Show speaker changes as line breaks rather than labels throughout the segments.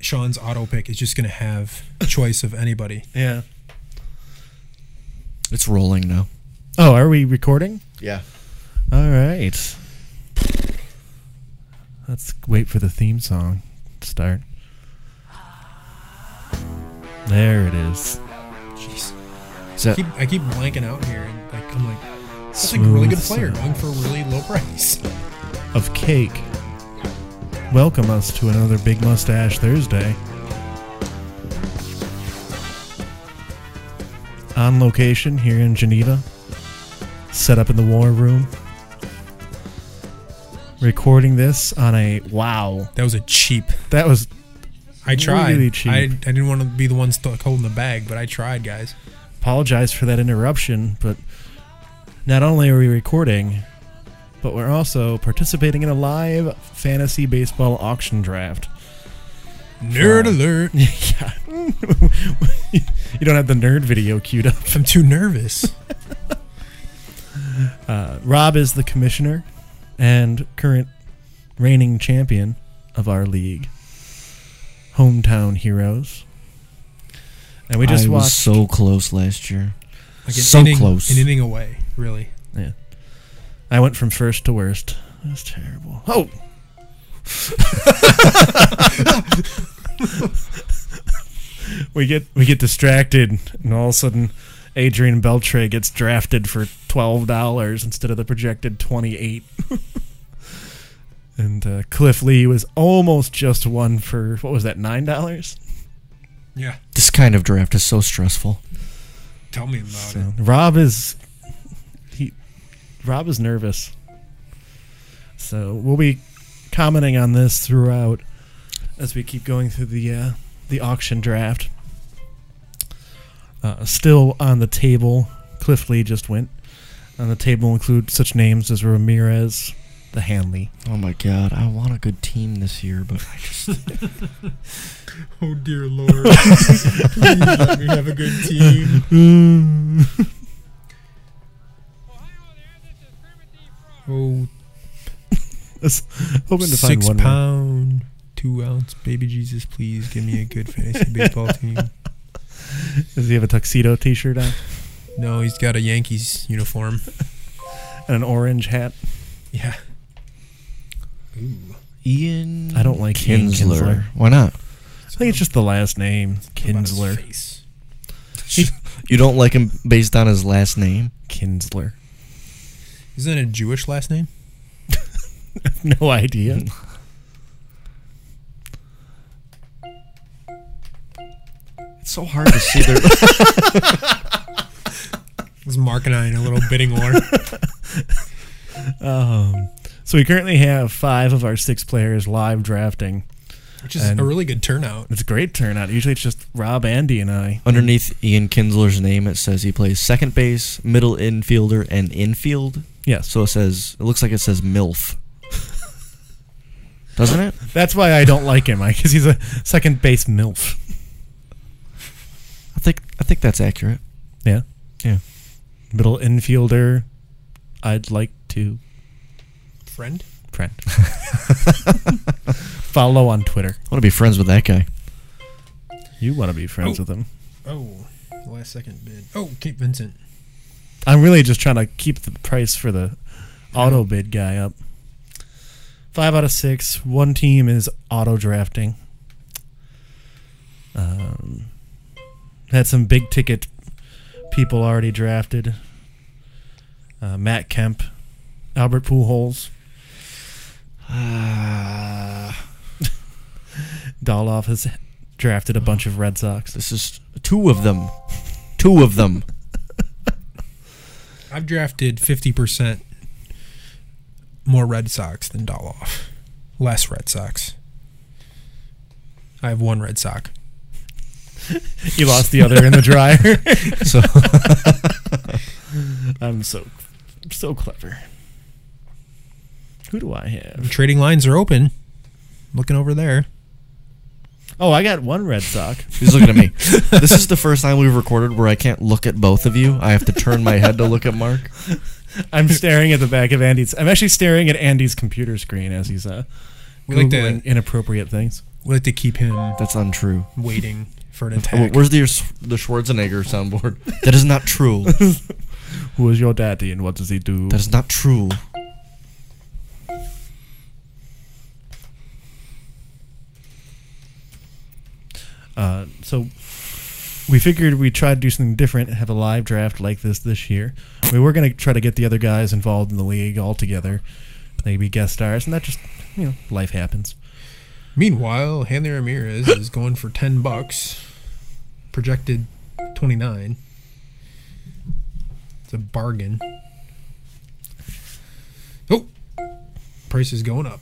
Sean's auto pick is just going to have a choice of anybody.
Yeah.
It's rolling now.
Oh, are we recording?
Yeah.
All right. Let's wait for the theme song to start. There it is.
Jeez.
Is that
Keep, I keep blanking out here, and like, I'm like, that's
Smooth
a really good player
sound
going for a really low price.
of cake. Welcome us to another Big Mustache Thursday. On location here in Geneva, set up in the war room. Recording this on a wow.
That was a cheap.
That was
I tried.
Really cheap.
I, I didn't want to be the one stuck holding the bag, but I tried, guys.
apologize for that interruption, but not only are we recording, but we're also participating in a live fantasy baseball auction draft.
Nerd alert.
Fine. yeah. you don't have the nerd video queued up.
I'm too nervous.
Uh, Rob is the commissioner and current reigning champion of our league, Hometown Heroes. And we just
I
watched.
was so close last year.
Like an
So
inning,
close.
An inning away, really.
I went from first to worst. That's terrible. Oh! we get we get distracted, and all of a sudden, Adrian Beltre gets drafted for twelve dollars instead of the projected twenty eight. and uh, Cliff Lee was almost just one for what was that nine dollars?
Yeah.
This kind of draft is so stressful.
Tell me about it.
So Rob is he Rob is nervous. So we'll be commenting on this throughout as we keep going through the uh, the auction draft. Uh, still on the table, Cliff Lee just went. On the table include such names as Ramirez, the Hanley,
Oh my god, I want a good team this year, but I just
Oh dear lord! Please let me have a good team. Oh,
hoping to find
six
one. more.
pound, two ounce, baby Jesus, please give me a good fantasy baseball team.
Does he have a tuxedo T-shirt on
No, he's got a Yankees uniform.
and an orange hat?
Yeah. Ooh,
Ian
I don't like Ian Kinsler.
Why not?
I think it's just the last name, Kinsler.
You don't like him based on his last name?
Kinsler.
Isn't that a Jewish last name?
no idea.
It's so hard to see their
It's Mark and I in a little bidding war.
Um, so we currently have five of our six players live drafting.
Which is
And-
a really good turnout.
It's a great turnout. Usually it's just Rob, Andy, and I.
underneath Ian Kinsler's name it says he plays second base, middle infielder, and infield.
Yes.
So it says it looks like it says MILF. Doesn't it?
That's why I don't like him, because he's a second base MILF.
I think I think that's accurate.
Yeah.
Yeah.
Middle infielder. I'd like to
Friend?
friend. Follow on Twitter.
I want to be friends with that guy.
You want to be friends
Oh.
with him.
Oh, last second bid. Oh, Kate Vincent.
I'm really just trying to keep the price for the auto bid guy up. Five out of six. One team is auto drafting. Um, had some big ticket people already drafted. Uh, Matt Kemp, Albert Pujols, Uh, Doloff has drafted a bunch of Red Sox.
This is two of them. Two of them.
I've drafted 50% more Red Sox than Doloff. Less Red Sox. I have one Red Sox.
You lost the other in the dryer.
So
I'm so so clever. Who do I have?
Trading lines are open. Looking over there.
Oh, I got one Red Sox.
he's looking at me. This is the first time we've recorded where I can't look at both of you. I have to turn my head to look at Mark.
I'm staring at the back of Andy's. I'm actually staring at Andy's computer screen as he's uh,
We like
Googling
to
inappropriate things.
We like to keep him
That's untrue.
waiting for an
Oh,
attack.
Where's the the Schwarzenegger soundboard? That is not true.
Who is your daddy and what does he do?
That is not true.
Uh, so we figured we'd try to do something different and have a live draft like this this year. We were going to try to get the other guys involved in the league all together, maybe guest stars, and that just, you know, life happens.
Meanwhile, Hanley Ramirez is going for ten bucks, projected twenty nine. It's a bargain. Oh, price is going up.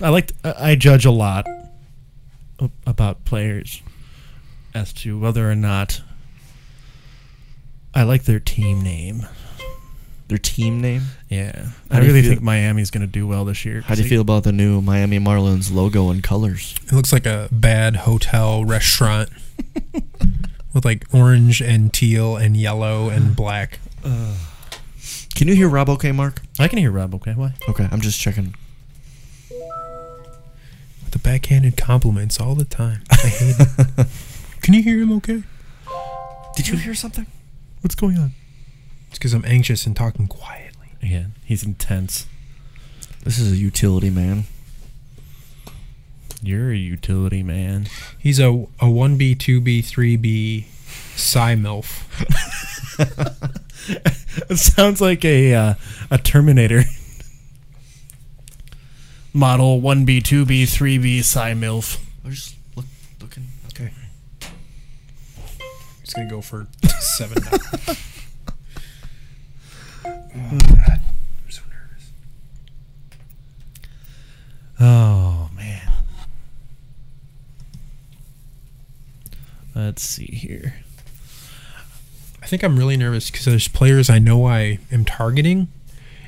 I like, I I judge a lot a- about players as to whether or not I like their team name.
Their team name.
Yeah.
How
I
do you
really
feel-
think Miami's going to do well this year.
How do you feel about the new Miami Marlins logo and colors?
It looks like a bad hotel restaurant with like orange and teal and yellow and black.
Can you hear Rob? Okay, Mark.
I can hear Rob, okay? Why?
Okay, I'm just checking.
The backhanded compliments all the time. I hate it. Can you hear him okay?
Did you hear something?
What's going on?
It's because I'm anxious and talking quietly.
Yeah, he's intense.
This is a utility man.
You're a utility man.
He's a, a 1B, 2B, 3B Psy MILF.
It sounds like a uh, a Terminator. Model one B, two B, three B, Psy Milf.
I was just look, looking. Okay.
He's going to go for 7 now. I'm so nervous.
Oh man. Let's see here.
I think I'm really nervous because there's players I know I am targeting,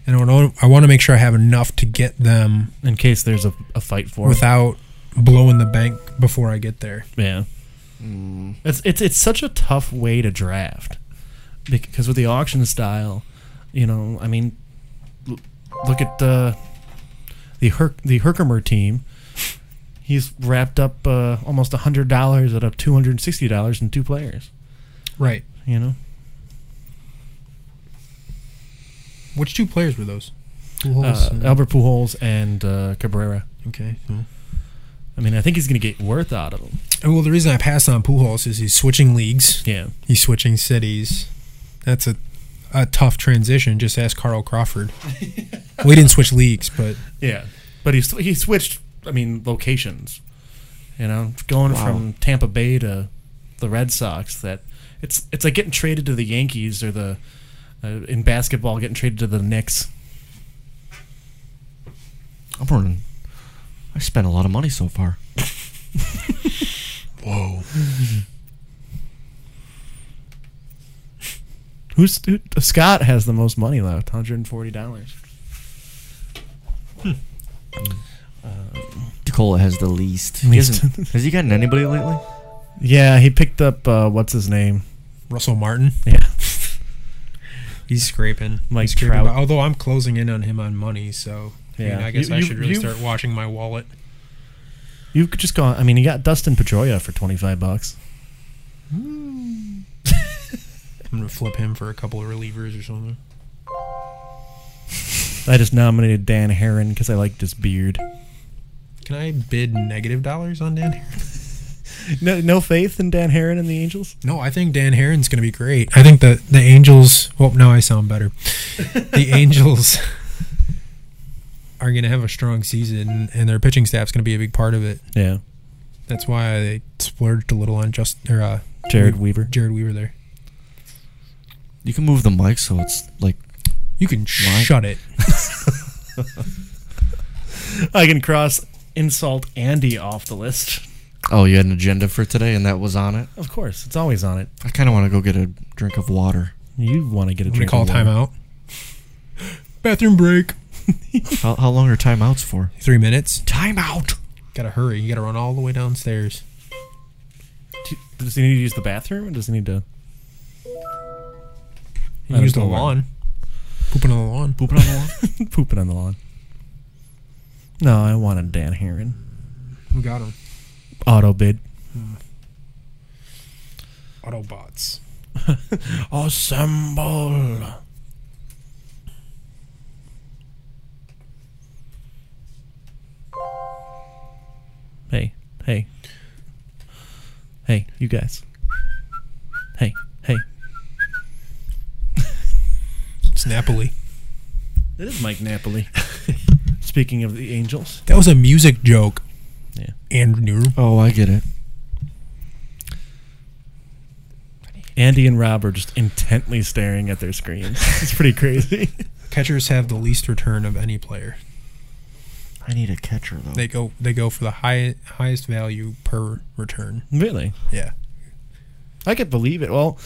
and I want I want to make sure I have enough to get them
In case there's a, a fight for it.
without blowing the bank before I get there.
Yeah. It's it's it's such a tough way to draft because with the auction style, you know, I mean, l- look at the the Herc, the Herkimer team. He's wrapped up uh, almost hundred dollars out of two hundred and sixty dollars in two players.
Right.
You know,
Which two players were those? Pujols
uh,
and-
Albert Pujols and uh, Cabrera.
Okay. Well.
I mean, I think he's going to get worth out of them.
Oh, well, the reason I passed on Pujols is he's switching leagues.
Yeah,
He's switching cities. That's a a tough transition. Just ask Carl Crawford. we didn't switch leagues, but
yeah. But he he switched. I mean, locations. You know, going
Wow.
from Tampa Bay to the Red Sox. That it's it's like getting traded to the Yankees or the uh, in basketball getting traded to the Knicks.
I'm running. I spent a lot of money so far.
whoa,
Who's who, Scott has the most money left? Hundred and forty dollars.
Nicola has the least. He
Least.
hasn't- has he gotten anybody lately?
Yeah, he picked up uh, what's his name?
Russell Martin.
Yeah,
He's scraping.
Mike
He's scraping
Trout.
by- although I'm closing in on him on money, so I mean,
Yeah.
I guess
You-
I
you-
should really
you-
start watching my wallet.
you could just go. I mean, he got Dustin Pedroia for twenty five bucks.
I'm gonna flip him for a couple of relievers or something.
I just nominated Dan Heron because I liked his beard.
Can I bid negative dollars on Dan? Heron?
No, no faith in Dan Heron and the Angels.
No, I think Dan Heron's gonna be great. I think the the Angels. Well, now I sound better. The Angels are gonna have a strong season, and their pitching staff's gonna be a big part of it.
Yeah,
That's why they splurged a little on just or uh,
Jared
We-
Weaver.
Jared Weaver there.
You can move the mic so it's like
You can shut it.
I can cross insult Andy off the list.
Oh, you had an agenda for today, and that was on it.
Of course, it's always on it.
I kind of want to go get a drink of water.
You want to get
I'm
a
gonna
drink?
call
of water.
timeout. Bathroom break.
How, how long are timeouts for?
Three minutes.
Timeout.
Gotta hurry. You gotta run all the way downstairs.
Do- Does he need to use the bathroom? Or does he need to?
You
Let him
use the
go around.
lawn. Pooping on the lawn.
Pooping on the lawn.
pooping on the lawn. No, I want a Dan Heron.
Who got him?
Auto bid.
Autobots.
Assemble. Hey, hey. Hey, you guys. Hey, hey.
It's Napoli.
It is Mike Napoli. Speaking of the Angels.
That was a music joke.
Yeah.
Andrew.
Oh, I get it.
Andy and Rob are just intently staring at their screens. It's pretty crazy.
Catchers have the least return of any player.
Oh.
I need a catcher though.
They go they go for the high, highest value per return.
really?
Yeah.
I could believe it. Well,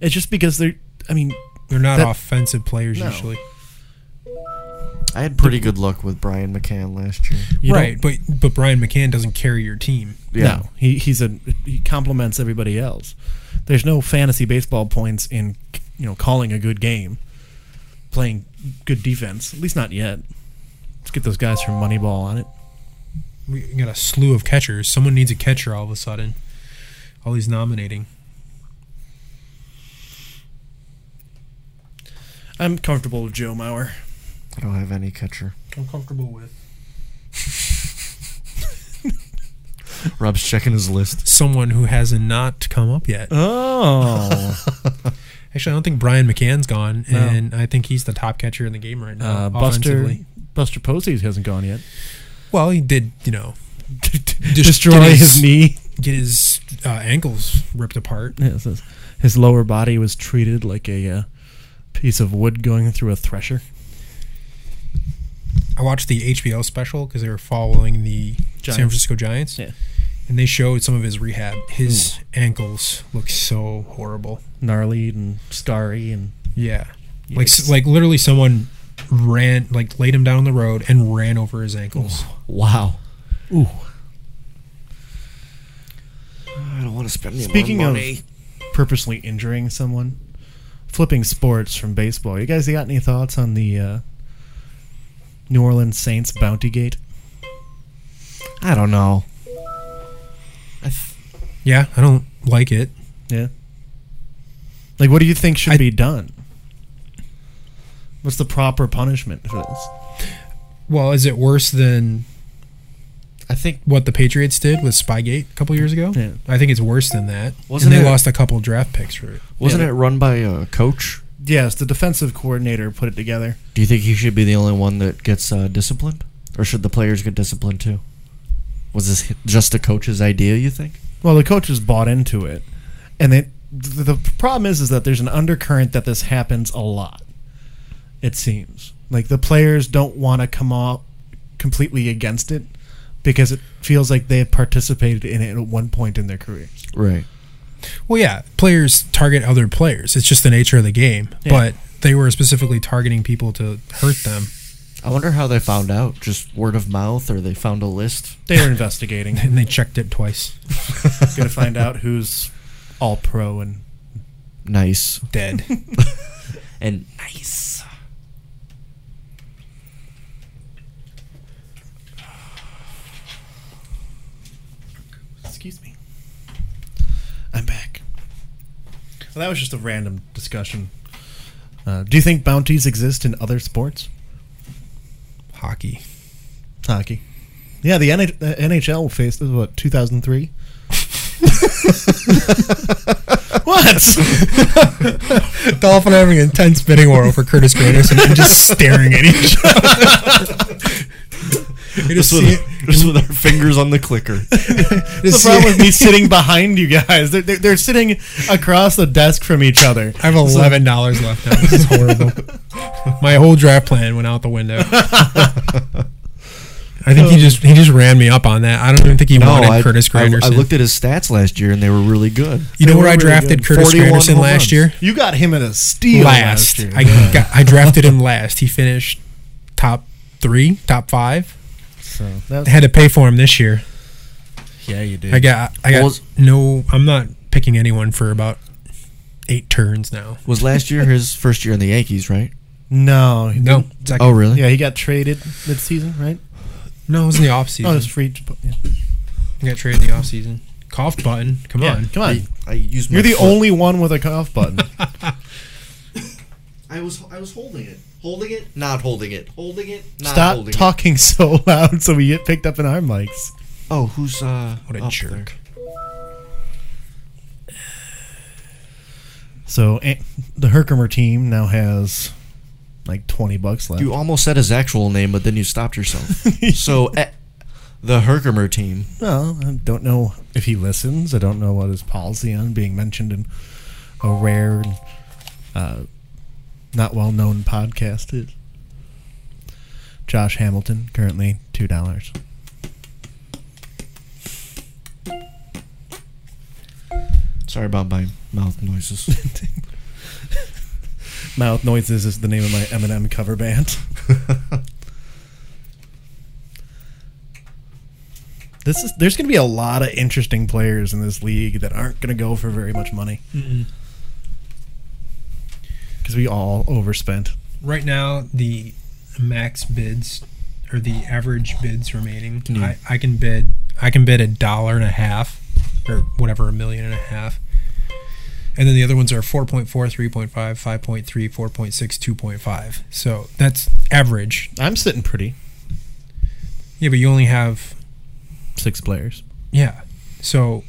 it's just because they're, I mean,
They're not
That-
offensive players
No.
usually.
I had pretty good luck with Brian McCann last year.
you don't-
right, but but Brian McCann doesn't carry your team.
No, he he's a he complements everybody else. There's no fantasy baseball points in you know calling a good game, playing good defense. At least not yet. Let's get those guys from Moneyball on it.
We got a slew of catchers. Someone needs a catcher all of a sudden. All he's nominating.
I'm comfortable with Joe Mauer.
I don't have any catcher.
I'm comfortable with.
Rob's checking his list.
Someone who has not come up yet.
Oh,
Actually, I don't think Brian McCann's gone,
No.
and I think he's the top catcher in the game right now.
uh, Buster
offensively.
Buster Posey hasn't gone yet.
Well, he did, you know,
Destroy
get
his knee.
get his uh, ankles ripped apart.
Yeah, it says his lower body was treated like a uh, piece of wood going through a thresher.
I watched the HBO special because they were following the San
Giants.
Francisco Giants,
Yeah.
and they showed some of his rehab. His ankles look so horrible.
Gnarly and scarry and
Yeah, like
Yikes.
s- like literally someone ran like laid him down on the road and ran over his ankles.
Wow.
ooh.
I don't want to spend any
Speaking
more
of
money.
purposely injuring someone, flipping sports from baseball. You guys got any thoughts on the uh, New Orleans Saints bounty gate?
I don't know. I
Yeah, I don't like it.
Yeah. Like, what do you think should
I-
be done? What's the proper punishment for this?
Well, is it worse than
I think
what the Patriots did with Spygate a couple years ago?
Yeah.
I think it's worse than that.
Wasn't
and they
it-
lost a couple draft picks for it.
wasn't
Yeah.
it run by a coach?
Yes, the defensive coordinator put it together.
Do you think he should be the only one that gets uh, disciplined, or should the players get disciplined too? Was this hi- just the coach's idea? You think?
Well, the coaches bought into it, and they, the, the problem is is that there's an undercurrent that this happens a lot. It seems like the players don't want to come off completely against it because it feels like they have participated in it at one point in their careers.
Right.
Well, yeah, players target other players. It's just the nature of the game.
Yeah.
But they were specifically targeting people to hurt them.
I wonder how they found out. Just word of mouth, or they found a list.
They were investigating,
And they checked it twice.
going to find out who's all pro and
Nice
Dead.
and nice.
excuse me. I'm back. So that was just a random discussion. Uh, do you think bounties exist in other sports?
Hockey.
hockey. Yeah, the NH- uh, NHL faced this was what 2003. what?
Dolphin having an intense bidding war over Curtis Granderson and then just staring at each other. you just see,
just with our fingers on the clicker.
The
just see-
problem with me sitting behind you guys. They're, they're, they're sitting across the desk from each other.
I have eleven dollars left now. This is horrible. My whole draft plan went out the window. I think he just he just ran me up on that. I don't even think he
Um, No,
wanted
I,
Curtis
I,
Granderson.
I looked at his stats last year, and they were really good.
you know
they
where
were
I
really
drafted
good.
Curtis
41
Granderson
home
last
runs.
year?
You got him at a steal last,
Last.
year.
I got, I drafted him last. He finished top three, top five.
so
I
that's,
had to pay for him this year.
yeah, you did.
I got I
Well,
got
was-
no. I'm not picking anyone for about eight turns now.
Was last year his first year in the Yankees, right?
no, he
No,
didn't.
Zach-
Oh, really?
Yeah, he got traded mid-season, right?
No, it was in the
Oh, it was
offseason.
free. to put- yeah.
I got traded in the offseason. Cough button. Come
yeah,
on.
come on.
I, I used.
You're
my
the
foot.
only one with a cough button.
I was. I was holding it. Holding it. Not holding it. Holding it. Not
Stop
holding it.
talking so loud so we get picked up in our mics.
Oh, who's uh?
What a
up
jerk.
there?
So eh, the Herkimer team now has like 20 bucks left.
You almost said his actual name, but then you stopped yourself. so, eh, the Herkimer team.
Well, I don't know if he listens. I don't know what his policy on being mentioned in a rare, and, uh, not well known podcast is. Josh Hamilton, currently $2.
Sorry about my mouth noises.
Mouth Noises is the name of my Eminem cover band. this is there's going to be a lot of interesting players in this league that aren't going to go for very much money
Mm-mm.
because we all overspent.
Right now, the max bids or the average bids remaining,
Can you-
I, I can bid. I can bid a dollar and a half or whatever, a million and a half. And then the other ones are 4.4, 3.5, 5.3, 4.6, 2.5. So that's average.
I'm sitting pretty.
Yeah, but you only have
Six players.
Yeah. So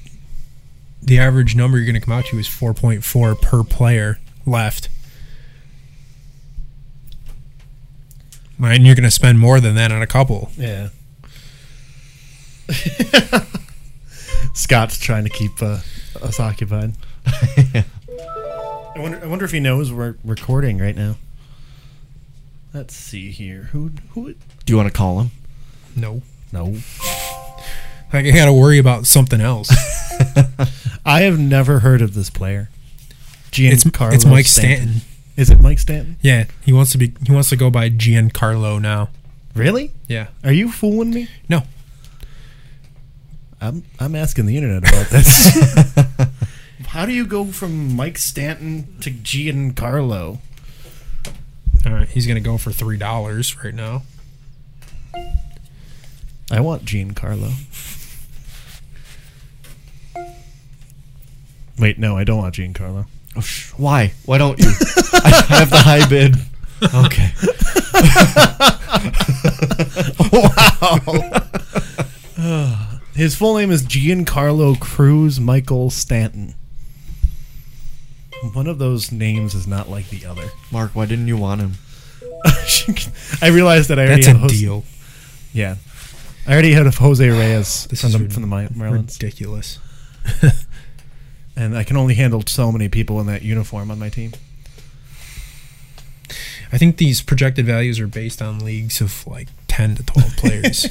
the average number you're going to come out to is 4.4 per player left. Right, and you're going to spend more than that on a couple.
Yeah. Scott's trying to keep uh, us occupied. I wonder. I wonder if he knows we're recording right now. Let's see here. Who? Who?
Do you want to call him?
No.
No.
Like, I got to worry about something else.
I have never heard of this player.
it's,
Giancarlo.
it's Mike Stanton.
Is it Mike Stanton?
Yeah, he wants to be he wants to go by Giancarlo now.
Really?
Yeah.
Are you fooling me?
No.
I'm. I'm asking the internet about this. How do you go from Mike Stanton to Giancarlo?
All right, he's going to go for $3 right now.
I want Giancarlo. Wait, no, I don't want Giancarlo.
Oh, sh- why? Why don't you? I have the high bid. Okay.
wow. His full name is Giancarlo Cruz Michael Stanton. One of those names is not like the other.
Mark, why didn't you want him?
I realized that I already
That's
had
a
Jose-
deal.
Yeah, I already had a Jose Reyes
This
from
is
the,
rid-
from the Mi- Marlins,
Ridiculous.
and I can only handle so many people in that uniform on my team.
I think these projected values are based on leagues of like 10 to 12 players.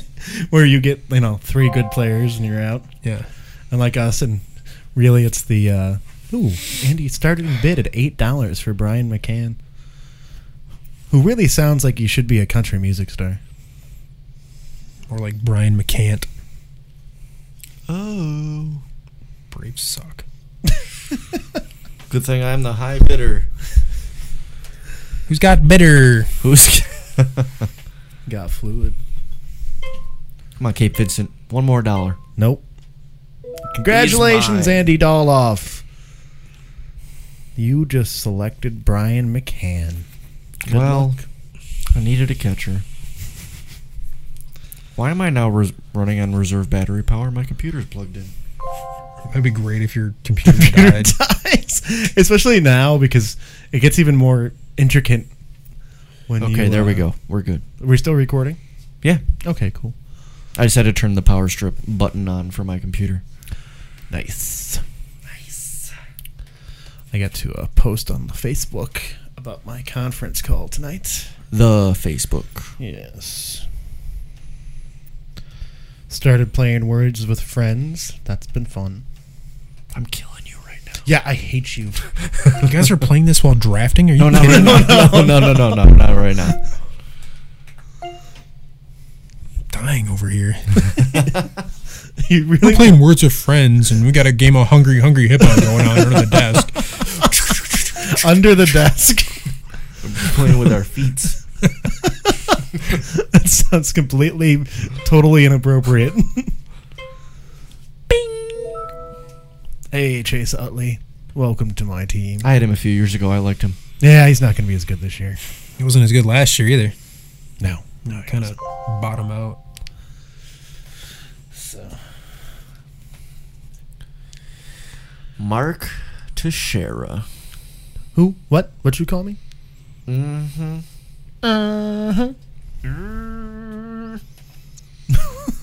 Where you get you know three good players and you're out.
Yeah.
unlike us. And really, it's the uh, ooh, Andy started in bid at eight dollars for Brian McCann, who really sounds like he should be a country music star.
Or like Brian McCant.
Oh.
Braves suck.
Good thing I'm the high bidder.
Who's got bitter?
Who's.
Got fluid.
Come on, Cape Vincent. One more dollar.
Nope. Congratulations,
mine.
Andy Doloff. You just selected Brian McCann. Good
well,
luck.
I needed a catcher. Why am I now res- running on reserve battery power? My computer's plugged in.
That'd be great if your computer died.
Dies. Especially now because it gets even more intricate. When
Okay,
you,
there
uh,
we go. We're good.
We're still recording.
Yeah.
Okay, cool.
I just had to turn the power strip button on for my computer.
Nice. Nice. I got to uh, post on the Facebook about my conference call tonight.
The Facebook.
Yes. Started playing words with friends. That's been fun.
I'm killing you right now.
Yeah, I hate you.
you guys are playing this while drafting? Are you
No, not
kidding?
right now. No, no, no, no, no, not right now.
dying over here?
you
We're
really
playing Words with Friends, and we got a game of Hungry Hungry Hippo going on under the desk.
under the desk.
Playing with our feet.
that sounds completely, totally inappropriate. Hey, Chase Utley, welcome to my team.
I had him a few years ago. I liked him.
Yeah, he's not going to be as good this year.
It wasn't as good last year either.
No, no,
Kind of bottom out.
So.
Mark Teixeira.
Who? What? What you call me?
Mm-hmm.
Uh huh.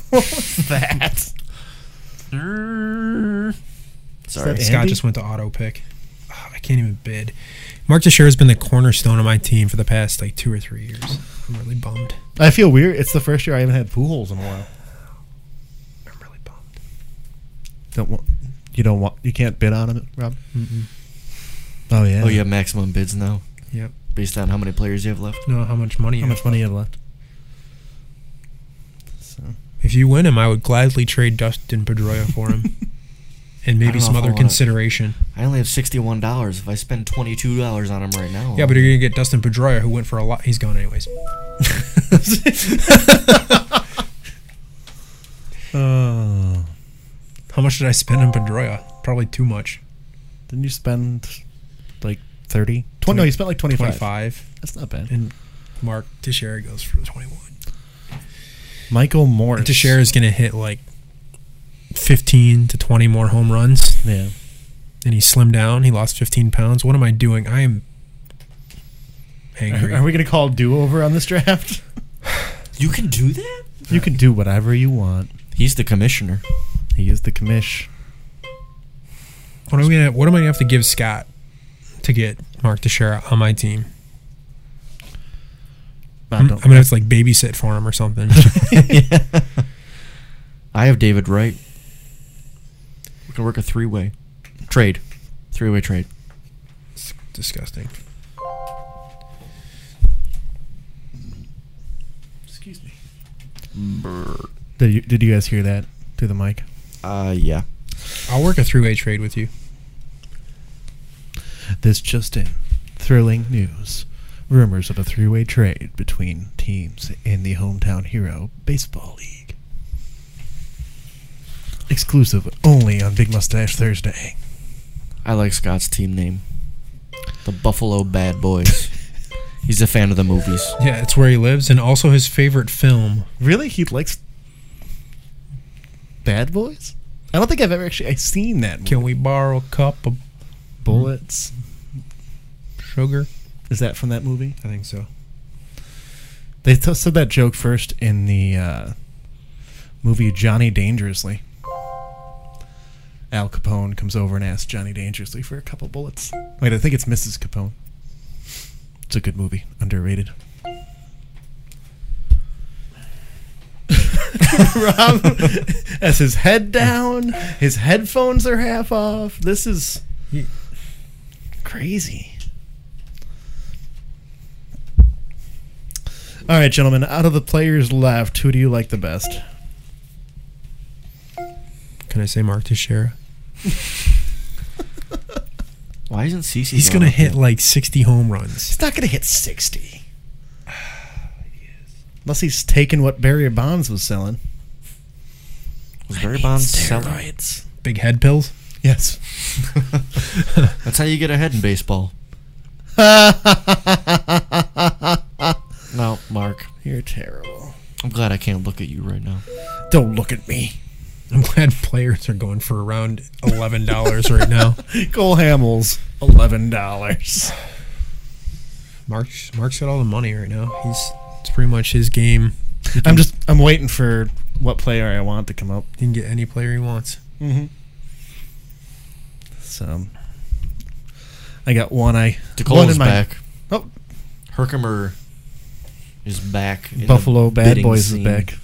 what was that?
Sorry.
Is that-
Scott
Andy?
just went to auto pick. Ah, I can't even bid. Mark Teixeira has been the cornerstone of my team for the past like two or three years. I'm really bummed.
I feel weird. It's the first year I haven't had pool holes in a while.
I'm really bummed.
Don't want. You don't want. You can't bid on him, Rob. Oh yeah.
Oh, you have maximum bids now
Yep.
based on how many players you have left.
Know how much money?
How
I-
much money you have left? So.
If you win him, I would gladly trade Dustin Pedroia for him, and
I don't
maybe
know
some
if I
other
wanna-
consideration.
I only have sixty-one dollars. If I spend twenty-two dollars on him right now,
Yeah, but you're gonna get Dustin Pedroia, who went for a lot. He's gone anyways.
Oh.
How much did I spend on Pedroia? Probably too much.
Didn't you spend like 30? 20, no, you spent like 25.
Twenty-five,
That's not bad.
and Mark Teixeira goes for twenty-one.
Michael Morris.
Teixeira is gonna hit like fifteen to twenty more home runs.
Yeah.
and he slimmed down. He lost 15 pounds. What am I doing? I am
Are,
angry.
are we going to call do over on this draft?
you can do that.
you can do whatever you want.
He's the commissioner.
He is the commish.
what am I gonna? What am I gonna have to give Scott to get Mark Teixeira on my team?
Bob,
I'm,
don't-
I'm gonna have to like babysit for him or something.
I have David Wright. We can work a three-way trade. Three-way trade.
it's disgusting.
Excuse me. Did you, did you guys hear that through the mic?
Uh, yeah.
I'll work a three-way trade with you.
This just in. Thrilling news. Rumors of a three way trade between teams in the Hometown Hero Baseball League. Exclusive only on Big Mustache Thursday.
I like Scott's team name, the Buffalo Bad Boys. He's a fan of the movies.
Yeah, it's where he lives, and also his favorite film.
Really? He likes Bad Boys? I don't think I've ever actually I've seen that movie.
Can we borrow a cup of
Bullets.
sugar?
Mm-hmm. Is that from that movie?
I think so.
They t- said that joke first in the uh, movie Johnny Dangerously. Al Capone comes over and asks Johnny Dangerously for a couple bullets. Wait, I think it's Mrs. Capone. It's a good movie, underrated. Rob has his head down, his headphones are half off. This is
Ye-
crazy. All right, gentlemen, out of the players left, who do you like the best?
Can I say Mark Teixeira?
Why isn't CC?
He's gonna hit like 60 home runs.
He's not going to hit 60. Unless he's taking what Barry Bonds was selling.
Was Barry Bonds selling?
Steroids.
Big head pills.
Yes.
That's how you get ahead in baseball. No, Mark.
You're terrible.
I'm glad I can't look at you right now.
Don't look at me.
I'm glad players are going for around eleven dollars right now.
Cole Hamels, $11.
Mark's Mark's got all the money right now. He's it's pretty much his game.
I'm just, I'm waiting for what player I want to come up.
He can get any player he wants.
Mm-hmm. So, I got one I. one
DeCole is
in my-
back.
Oh.
Herkimer is back. in the
Buffalo Bad
bidding
Boys
scene.
is back.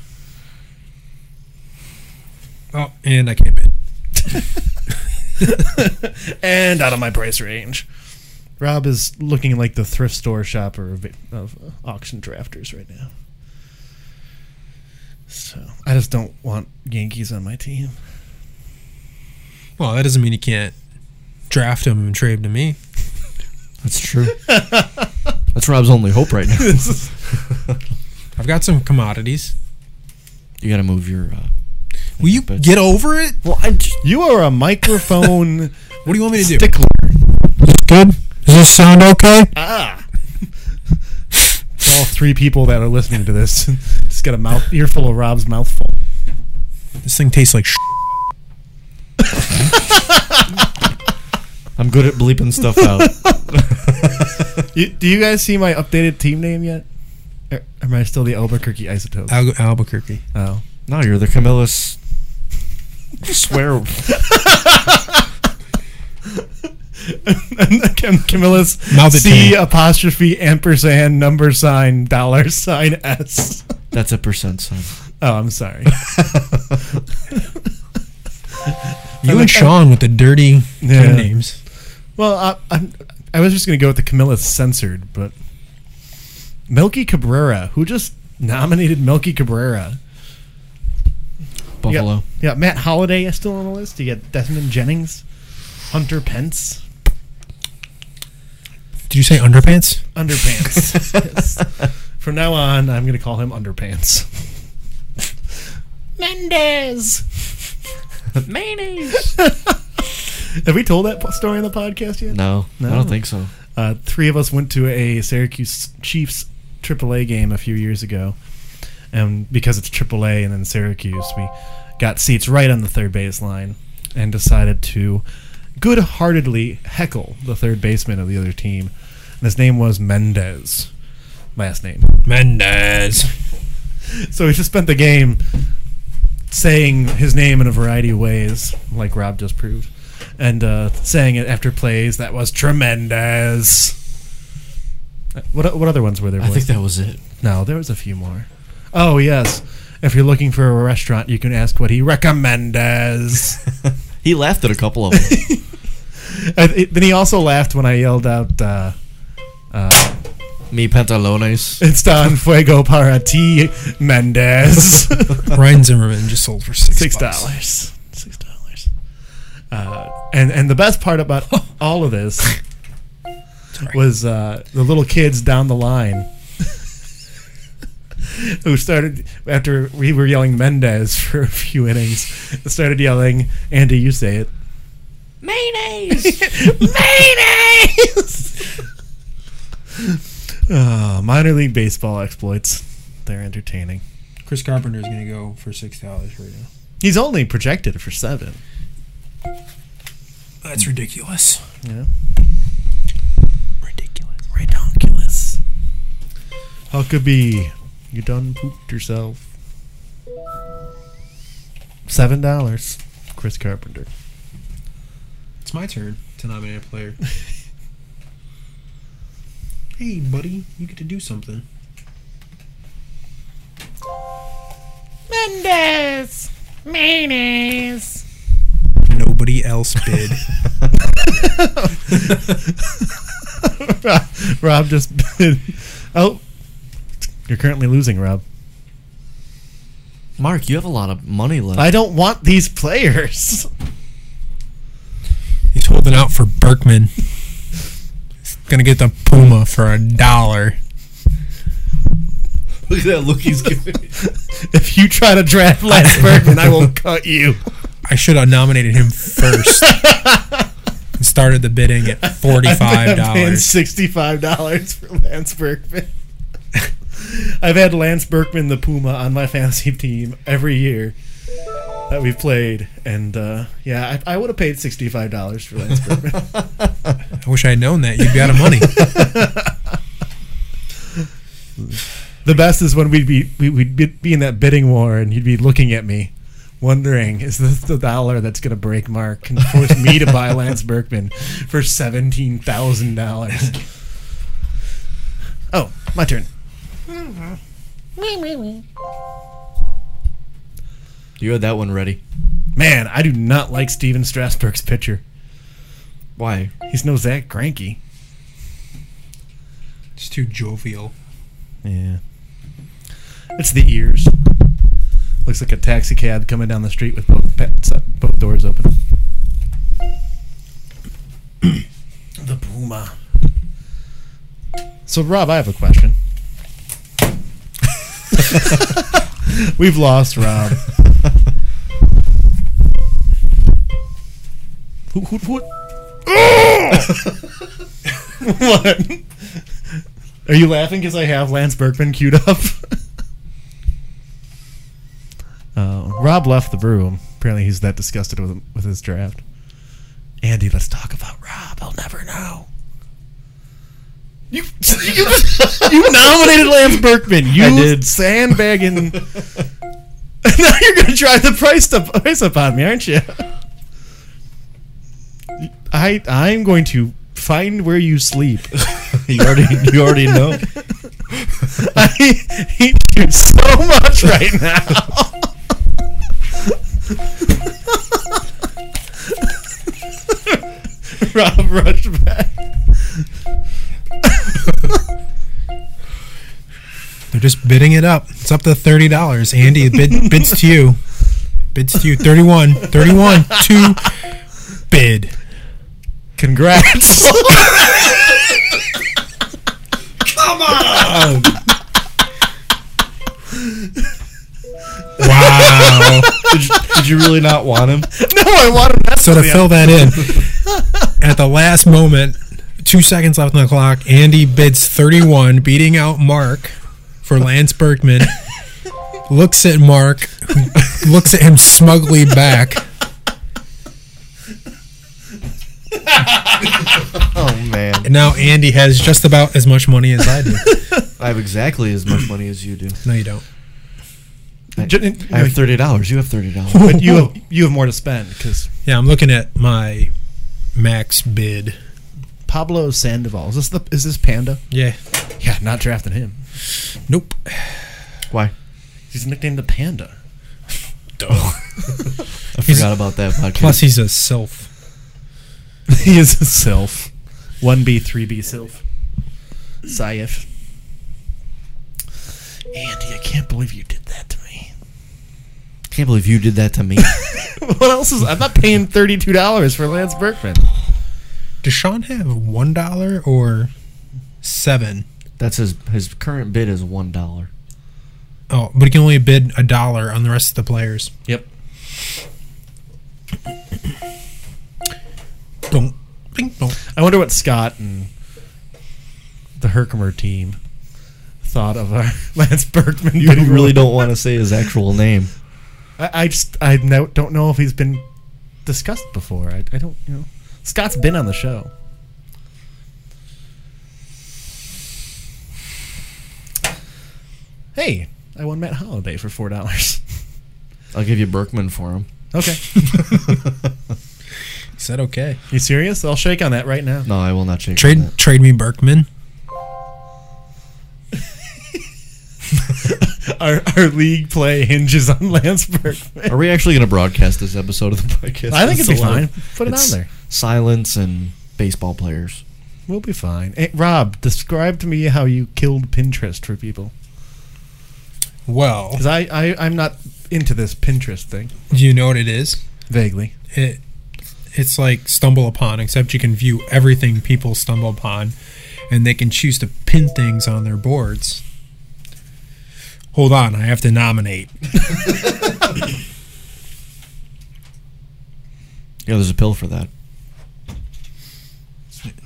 Oh, and I can't bid.
and out of my price range. Rob is looking like the thrift store shopper of, of auction drafters right now. So I just don't want Yankees on my team.
Well, that doesn't mean he can't draft him and trade him to me.
That's true. That's Rob's only hope right now.
This is-
I've got some commodities.
You got to move your uh,
Will you get over it?
Well, I just,
You are a microphone
What do you want me to do?
stickler.
Good. Does this sound okay?
Ah. All three people that are listening to this just got a mouth earful of Rob's mouthful.
This thing tastes like sh-
I'm good at bleeping stuff out.
You, do you guys see my updated team name yet? Or am I still the Albuquerque Isotopes?
Al- Albuquerque.
oh.
no, you're the Camillus. Swear.
Cam- Camilla's
Mouth it to
C
me.
apostrophe ampersand number sign dollar sign S.
That's a percent sign.
Oh, I'm sorry.
You
like-
and Sean with the dirty
Yeah.
pen names.
well, I, I'm, I was just going to go with the Camillus censored, but Milky Cabrera, who just nominated Milky Cabrera? You got-
Buffalo.
Yeah, Matt Holliday is still on the list. You got Desmond Jennings, Hunter Pence,
Did you say underpants?
Underpants. Yes. From now on, I'm going to call him Underpants. Mendez.
Mayonnaise.
Have we told that po- story on the podcast yet?
No, I
No.
don't think so.
Uh, three of us went to a Syracuse Chiefs AAA game a few years ago, and because it's AAA and then Syracuse, we got seats right on the third base line and decided to good-heartedly heckle the third baseman of the other team. And his name was Mendez, last name.
Mendez.
So we just spent the game saying his name in a variety of ways, like Rob just proved, and uh, saying it after plays. That was tremendous. Uh, What what other ones were there?
I think
boys?
that was it.
no, there was a few more. Oh yes, if you're looking for a restaurant, you can ask what he recommends.
He laughed at a couple of them.
Uh, it- then he also laughed when I yelled out, uh,
Me pantalones.
"It's Don Fuego para ti, Mendez."
Ryan Zimmerman just sold for six
six
bucks.
dollars six dollars uh, and and the best part about all of this was uh, the little kids down the line who started after we were yelling Mendez for a few innings started yelling Andy you say it
Mayonnaise.
mayonnaise uh, minor league baseball exploits they're entertaining
Chris Carpenter is going to go for six dollars right now.
he's only projected for seven
That's ridiculous.
yeah
Ridiculous.
Redonkulous. Huckabee, you done pooped yourself. Seven dollars. Chris Carpenter.
It's my turn to nominate a player. hey, buddy, you get to do something.
Mendez! Mayonnaise!
Nobody else bid.
Rob just. oh. You're currently losing, Rob.
Mark, you have a lot of money left.
I don't want these players.
He's holding out for Berkman. He's gonna get the Puma for a dollar.
Look at that look he's giving.
If you try to draft Lance Bergman, I will cut you.
I should have nominated him first. and started the bidding at forty-five
I'm paying
dollars.
sixty-five dollars for Lance Berkman. I've had Lance Berkman, the Puma, on my fantasy team every year that we've played, and uh, yeah, I, I would have paid sixty-five dollars for Lance Berkman.
I wish I had known that. You'd be out of money.
the best is when we'd be we- we'd be, be in that bidding war, and you'd be looking at me, wondering, is this the dollar that's going to break Mark and force me to buy Lance Berkman for seventeen thousand dollars? Oh, my turn.
You had that one ready.
Man, I do not like Steven Strasburg's pitcher.
Why?
He's no Zach Granke.
It's too jovial.
Yeah. It's the ears. Looks like a taxi cab coming down the street with both pets up, both doors open. the Puma. So, Rob, I have a question. We've lost Rob. Who, who, who, Oh! what? Are you laughing because I have Lance Berkman queued up? uh, Rob left the room. Apparently, he's that disgusted with with his draft. Andy, let's talk about Rob. I'll never know. You you, just, you nominated Lance Berkman. You
I did.
sandbagging. now you're gonna drive the price up price up on me, aren't you? I I'm going to find where you sleep.
you already you already know.
I hate you so much right now. Rob rushed back.
They're just bidding it up. It's up to thirty dollars. Andy bid, bids to you. Bids to you. 31, 31, two bid.
Congrats.
Wow.
Did you, did you really not want him?
no, I want him next
So
to
to
me.
fill that in, at the last moment, two seconds left on the clock, Andy bids 31, beating out Mark for Lance Berkman. Looks at Mark, who looks at him smugly back.
Oh man,
And now Andy has just about as much money as I do.
I have exactly as much money as you do.
No, you don't.
J-
I have thirty dollars. You have thirty dollars.
but you have, you have more to spend because
Yeah, I'm looking at my max bid.
Pablo Sandoval is this the is this Panda?
Yeah.
Yeah, not drafting him.
Nope.
Why?
He's nicknamed the Panda.
I
He's-
forgot about that podcast.
Plus, he's a self.
he is a sylph. 1B, 3B sylph. Saif. Andy, I can't believe you did that to me.
can't believe you did that to me.
what else is. I'm not paying $32 for Lance Berkman.
Does Sean have one dollar or seven?
That's his his current bid is one dollar.
Oh, but he can only bid a dollar on the rest of the players.
Yep.
Don't. Bing, don't.
I wonder what Scott and the Herkimer team thought of our Lance Berkman.
You
being
really
ruled-
don't want to say his actual name.
I, I just. I no, don't know if he's been discussed before. I, I don't. You know. Scott's been on the show. Hey, I won Matt Holiday for four dollars.
I'll give you Berkman for him.
Okay,
He said okay.
you serious? I'll shake on that right now.
No, I will not shake.
Trade
on that.
trade me Berkman.
Our, our league play hinges on Lance Berkman.
Are we actually going to broadcast this episode of the podcast?
I think it'd
It's
be
a lot
fine.
of-
Put it on
it's
there.
Silence and baseball players.
We'll be fine. Hey, Rob, describe to me how you killed Pinterest for people,
Well,
because I, I I'm not into this Pinterest thing.
do you know what it is?
Vaguely.
It it's like stumble upon, except you can view everything people stumble upon, and they can choose to pin things on their boards. Hold on, I have to nominate.
Yeah, there's a pill for that.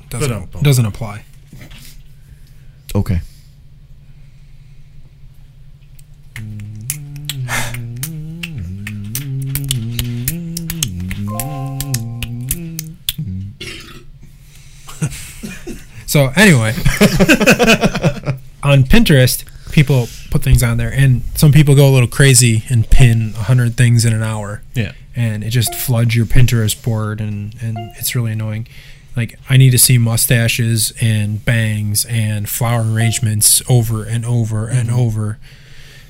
Doesn't doesn't apply.
Okay.
So anyway, on Pinterest, people put things on there, and some people go a little crazy and pin hundred things in an hour.
Yeah.
and it just floods your Pinterest board, and and it's really annoying. Like I need to see mustaches and bangs and flower arrangements over and over and over.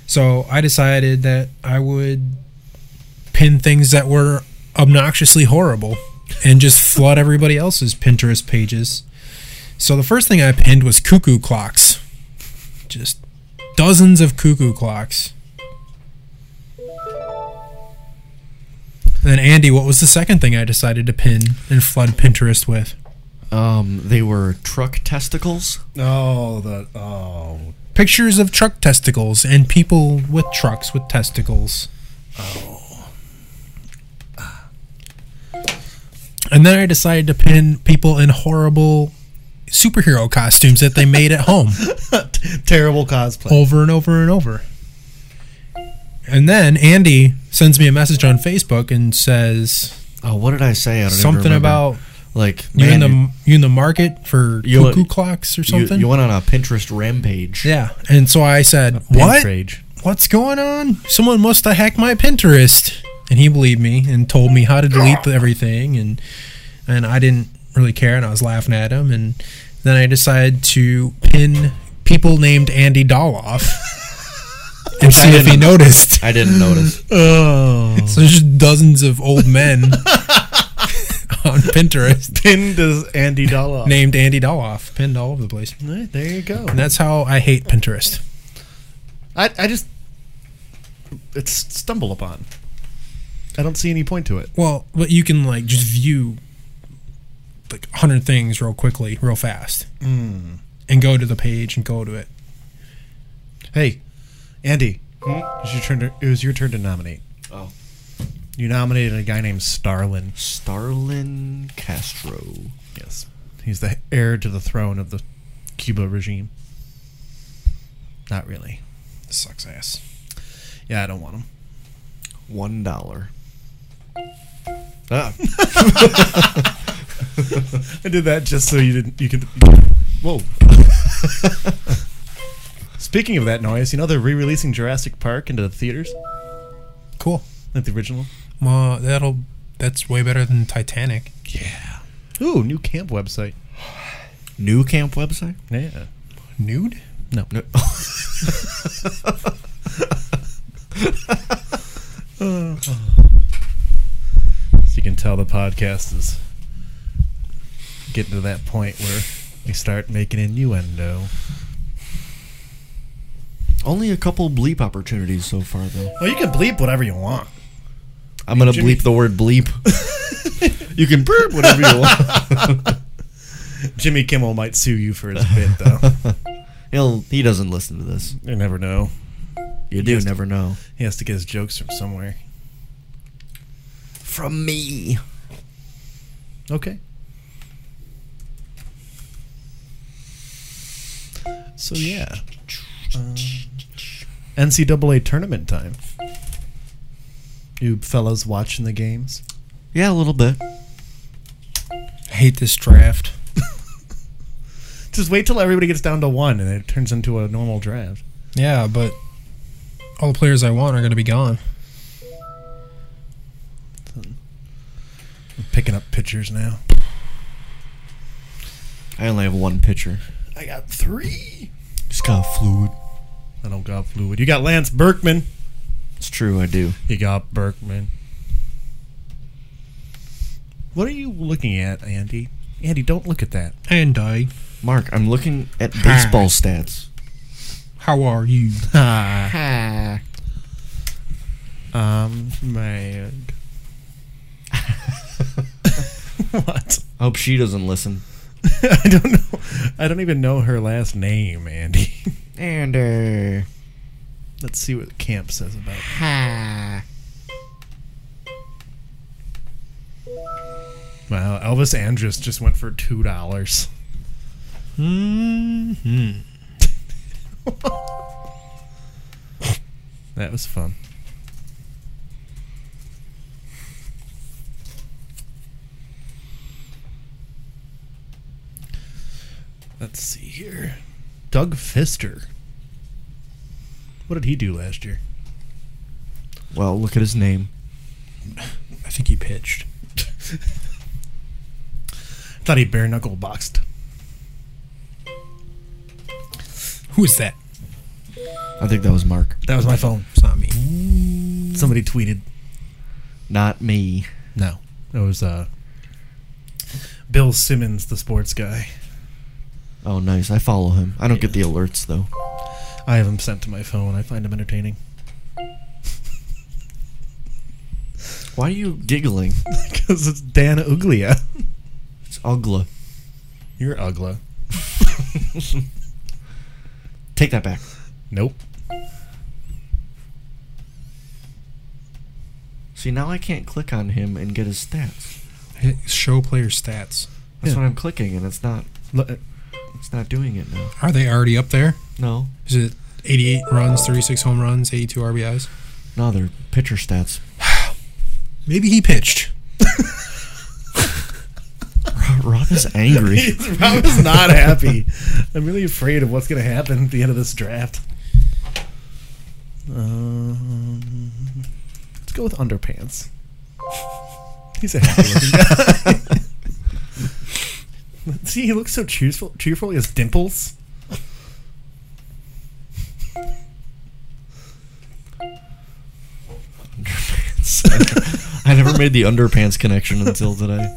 So I decided that I would pin things that were obnoxiously horrible and just flood everybody else's Pinterest pages. So the first thing I pinned was cuckoo clocks. Just dozens of cuckoo clocks. Then Andy, what was the second thing I decided to pin and flood Pinterest with?
Um, they were truck testicles.
Oh, the oh
Pictures of truck testicles and people with trucks with testicles. Oh. And And then I decided to pin people in horrible superhero costumes that they made at home
Terrible cosplay.
over and over and over. And then Andy sends me a message on Facebook and says
Oh, what did I say? I don't even
something
remember.
about
like
you in
man,
the you in the market for
You-
cuckoo clocks or
you, you,
something.
you went on a Pinterest rampage.
yeah, and so I said, "What?
Pinterest.
What's going on? Someone must have hacked my Pinterest." And he believed me and told me how to delete everything, and and I didn't really care, and I was laughing at him, and then I decided to pin people named Andy Doloff and see if he
didn't-
noticed.
I didn't notice.
Oh.
So there's just dozens of old men on Pinterest
Pinned as Andy Dolla.
named Andy Doloff, pinned all over the place.
Right, there you go.
And that's how I hate Pinterest.
I, I just it's stumble upon. I don't see any point to it.
Well, but you can like just view like 100 things real quickly, real fast, Hmm. and go to the page and go to it.
Hey, Andy, it was your turn to it was your turn to nominate.
Oh,
You nominated a guy named Starlin.
Starlin Castro.
Yes, he's the heir to the throne of the Cuba regime. Not really.
Sucks ass.
Yeah, I don't want him.
One dollar. Ah,
I did that just so you didn't. You could. Whoa. Speaking of that noise, you know they're re-releasing Jurassic Park into the theaters,
Cool.
like the original.
Well, that'll that's way better than Titanic.
Yeah. Ooh, new camp website.
new camp website.
Yeah.
Nude?
No.
No.
As you can tell, the podcast is getting to that point where we start making innuendo.
Only a couple bleep opportunities so far, though.
Well, you can bleep whatever you want.
I'm gonna
Jimmy-
bleep the word bleep. you can burp whatever you want.
Jimmy Kimmel might sue you for his bit, though.
He'll he doesn't listen to this.
you never know.
You do
Just-
never know.
He has to get his jokes from somewhere.
From me.
Okay. So yeah, Uh, NCAA tournament time. You fellas watching the games?
Yeah, a little bit.
I hate this draft.
Just wait till everybody gets down to one, and it turns into a normal draft.
Yeah, but all the players I want are going to be gone.
I'm picking up pitchers now.
I only have one pitcher.
I got three.
Just got fluid.
I don't got fluid. You got Lance Berkman.
It's true, I do.
You got Berkman. What are you looking at, Andy? Andy, don't look at that.
And I,
Mark, I'm looking at baseball stats.
how are you?
Um, man. what?
I hope she doesn't listen.
I don't know. I don't even know her last name, Andy.
And
Let's see what Camp says about it.
ha.
Wow, Elvis Andrus just went for two dollars.
hmm
That was fun. Let's see here. Doug Fister. What did he do last year?
Well, look at his name.
I think he pitched.
Thought he bare knuckle boxed.
Who is that?
I think that was Mark,
That was my phone.
It's not me.
Somebody tweeted.
not me.
No, it was uh, Bill Simmons, the sports guy.
Oh, nice. I follow him. I don't get the alerts though.
I have him sent to my phone. I find him entertaining.
Why are you giggling?
Because it's Dan Uglia.
It's ugly.
You're Ugla.
Take that back.
Nope.
See, now I can't click on him and get his stats.
hit show player stats.
That's
Yeah.
what I'm clicking, and it's not.
L- uh,
It's not doing it now.
Are they already up there?
No,
Is it 88 runs, 36 home runs, 82 RBIs?
no, they're pitcher stats.
Maybe he pitched.
Rob, Rob is angry.
Rob is not happy. I'm really afraid of what's going to happen at the end of this draft. Um, let's go with underpants. He's a happy looking guy. See, he looks so cheerful. Cheerful, he has dimples.
underpants. I never made the underpants connection until today.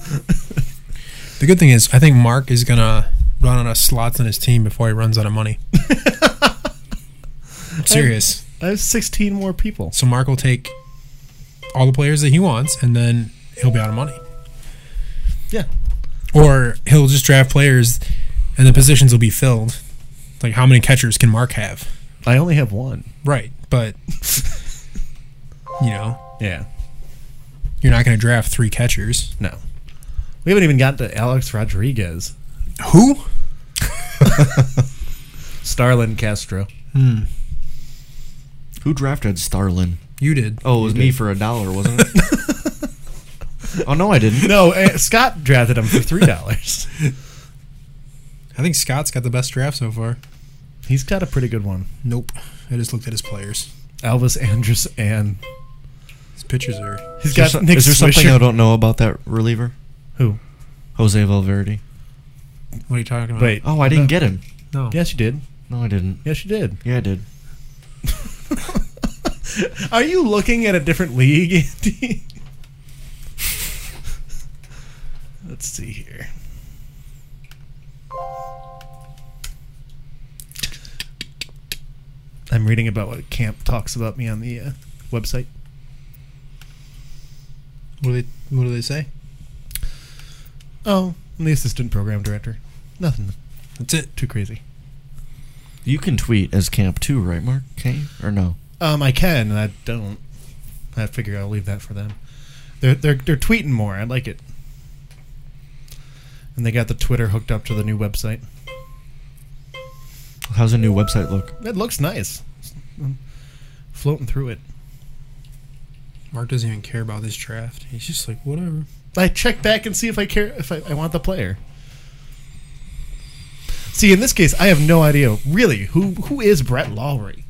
The good thing is, I think Mark is going to run out of slots on his team before he runs out of money. I'm serious.
I have 16 more people.
So Mark will take all the players that he wants, and then he'll be out of money.
Yeah.
Or he'll just draft players, and the positions will be filled. Like, how many catchers can Mark have?
I only have one.
Right, but you know,
Yeah.
you're not going to draft three catchers.
No. We haven't even gotten to Alex Rodriguez,
Who?
Starlin Castro.
Who drafted Starlin?
You did.
Oh, it was me for a dollar, wasn't it? oh no, I didn't.
No, eh, Scott drafted him for $3.
I think Scott's got the best draft so far.
He's got a pretty good one.
Nope. I just looked at his players.
Elvis Andrus and
His pitchers are.
he's
Is there,
got
so-
Nick
is there something
Swisher.
I don't know about that reliever?
Who?
Jose Valverde.
What are you talking about?
Wait.
Oh, I didn't get him.
no.
Yes, you did.
No, I didn't.
Yes, you did.
Yeah, I did.
Are you looking at a different league? Andy? Let's see here. I'm reading about what camp talks about me on the uh, website.
What do they? What do they say?
Oh, I'm the assistant program director. Nothing
That's it.
too crazy.
You can tweet as Camp Two, right, Mark? Okay, or no?
Um, I can, and I don't. I figure I'll leave that for them. They're they're they're tweeting more. I like it. And they got the Twitter hooked up to the new website.
How's a new website look?
It looks nice. I'm floating through it.
Mark doesn't even care about this draft. He's just like whatever.
I check back and see if I care if I, I want the player. See, in this case, I have no idea really who who is Brett Lawry.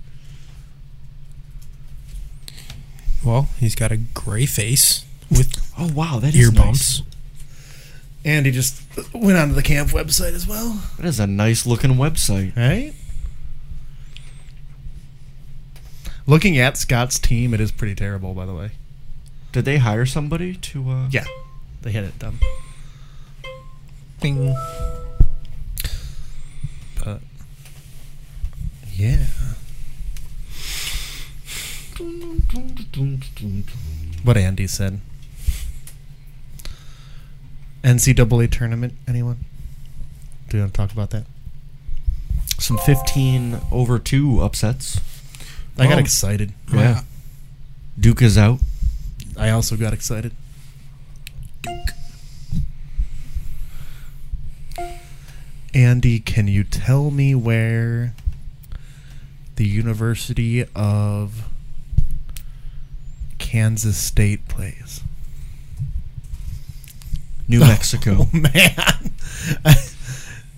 Well, he's got a gray face with
Oh wow, that is
ear
nice.
bumps.
And he just went onto the camp website as well.
That is a nice looking website.
Right? Looking at Scott's team, it is pretty terrible, by the way.
Did they hire somebody to? Uh,
Yeah. They had it done.
Bing.
But yeah. What Andy said. NCAA tournament, anyone? Do you want to talk about that?
Some fifteen over two upsets.
I got
Oh.
excited.
Yeah. Duke is out.
I also got excited. Andy, can you tell me where the University of Kansas State plays?
New Mexico.
Oh, man.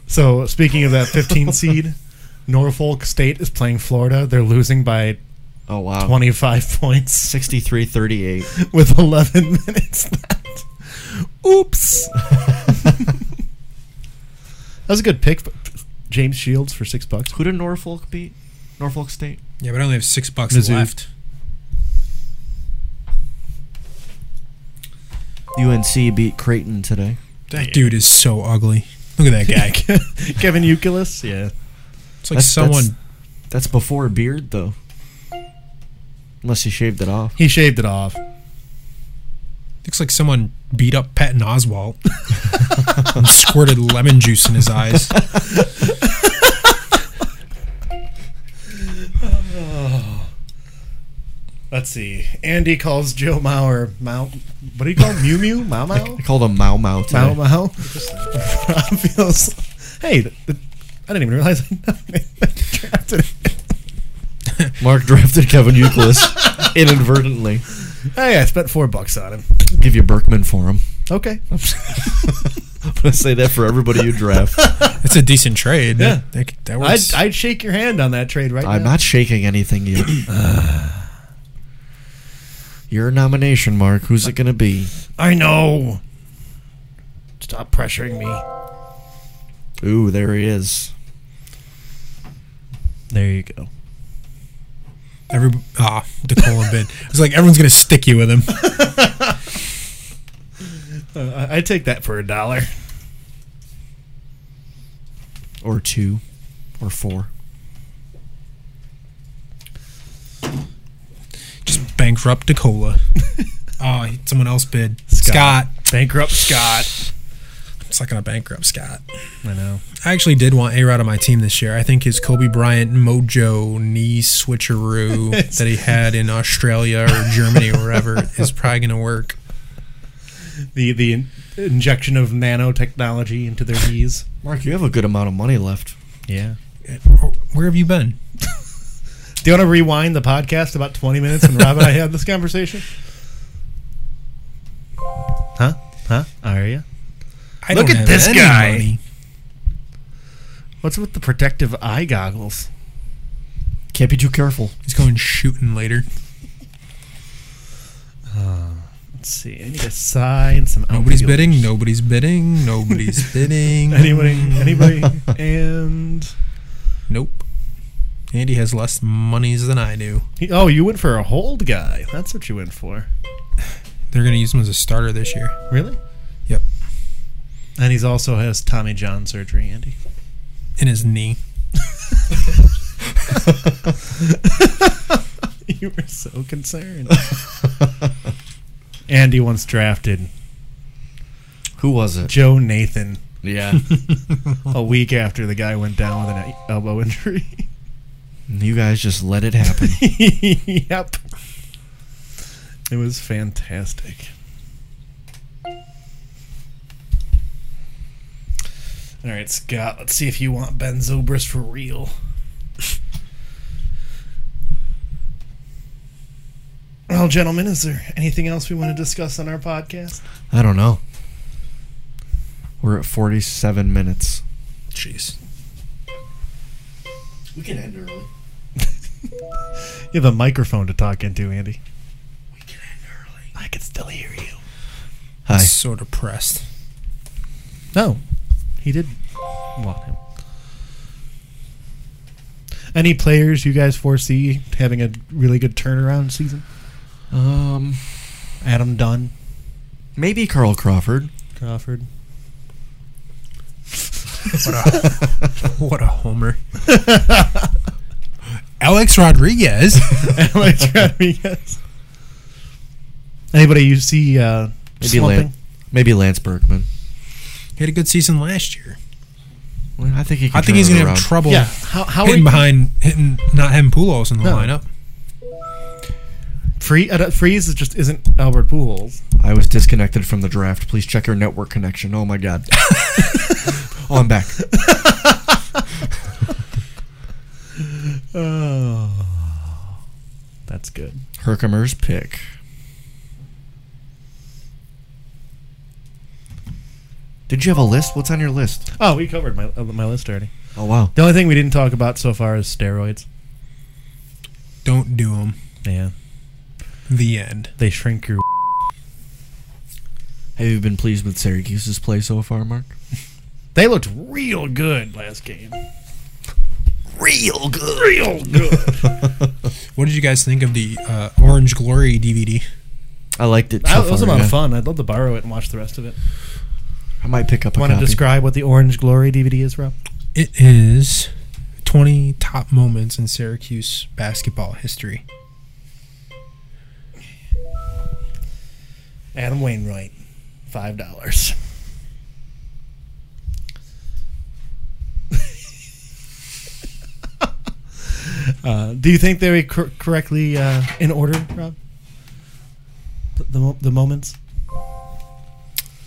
so, speaking of that 15 seed, Norfolk State is playing Florida. They're losing by
oh wow.
25 points
63-38.
with 11 minutes left. Oops. That was a good pick. James Shields for six bucks.
Who did Norfolk beat? Norfolk State.
Yeah, but I only have six bucks
Mizzou.
left.
UNC beat Creighton today.
That dude is so ugly. Look at that guy.
Kevin Euculus. Yeah.
It's like
That's-
someone.
That's before beard though. Unless he shaved it off.
He shaved it off.
Looks like someone beat up Patton Oswalt and squirted lemon juice in his eyes.
I Let's see. Andy calls Joe Mauer Mau. What do you call him? Mew Mew? Mau Mau?
I called him Mau Mau today.
Mau Mau? Rob feels. Hey, the, the, I didn't even realize I drafted it.
Mark drafted Kevin Euclid inadvertently.
Hey, I spent four bucks on him.
Give you Berkman for him.
Okay.
I'm gonna say that for everybody you draft.
It's a decent trade.
Yeah.
That, that, that
I'd,
works.
I'd shake your hand on that trade right
I'm
now.
not shaking anything yet. Your nomination, Mark. Who's it gonna be?
I know. Stop pressuring me.
Ooh, there he is.
There you go.
Every ah, the colon bid. It's like everyone's gonna stick you with him.
Uh, I I'd take that for a dollar.
Or two. Or four.
Just bankrupt Decola. oh, he- someone else bid.
Scott.
Scott.
Bankrupt Scott.
It's not gonna bankrupt Scott.
I know.
I actually did want A Rod on my team this year. I think his Kobe Bryant mojo knee switcheroo that he had in Australia or Germany or wherever is probably gonna work.
The the in- injection of nanotechnology into their knees.
Mark, you have a good amount of money left.
Yeah.
Where have you been?
Do you want to rewind the podcast about 20 minutes when Rob and I had this conversation? Huh? Huh? Are you?
I
Look
don't
at
have
this
any
guy.
money.
What's with the protective eye goggles?
Can't be too careful.
He's going shooting later.
Let's see. I need a sigh and some.
Nobody's
outfielders.
bidding. Nobody's bidding. Nobody's bidding.
Anybody? Anybody? and
Nope. Andy has less monies than I do.
he, oh, you went for a hold guy. That's what you went for.
They're going to use him as a starter this year.
Really?
Yep.
And he's also has Tommy John surgery, Andy.
In his knee.
you were so concerned. Andy once drafted
Who was it?
Joe Nathan
Yeah.
a week after the guy went down with an elbow injury.
you guys just let it happen.
yep. It was fantastic. All right, Scott, let's see if you want Ben Zobrist for real. Well, gentlemen, is there anything else we want to discuss on our podcast?
I don't know. We're at 47 minutes.
Jeez.
We can end early.
You have a microphone to talk into, Andy.
We can end early.
I can still hear you.
Hi.
So depressed.
No, he did want him. Any players you guys foresee having a really good turnaround season?
Um,
Adam Dunn,
maybe Carl Crawford.
Crawford.
What a homer. Alex Rodriguez.
Alex Rodriguez. Anybody you see uh,
Maybe
slumping?
Lance, maybe Lance Berkman.
He had a good season last year.
Well, I think he. Can
I think
turn
he's
it
going to
around.
have trouble
Yeah. How, how are
hitting
you,
behind, hitting, not having Pulos in the
No.
lineup.
Free, uh, Freeze is just isn't Albert Pujols.
I was disconnected from the draft. Please check your network connection. Oh my god. oh, I'm back.
Oh, that's good.
Herkimer's pick. Did you have a list? What's on your list?
Oh, we covered my uh, my list already.
Oh wow.
The only thing we didn't talk about so far is steroids.
Don't do him.
Yeah,
The end.
they shrink your
Have you been pleased with Syracuse's play so far, Mark?
They looked real good last game.
Real good. Real good.
What did you guys think of the uh, Orange Glory DVD?
I liked it. So
That was a
far,
lot
yeah.
of fun. I'd love to borrow it and watch the rest of it.
I might pick up a
Want to
copy.
describe what the Orange Glory DVD is, Rob?
It is 20 top moments in Syracuse basketball history.
Adam Wainwright, five dollars. Uh, do you think they were cor- correctly uh, in order, Rob? The, the, mo- the moments?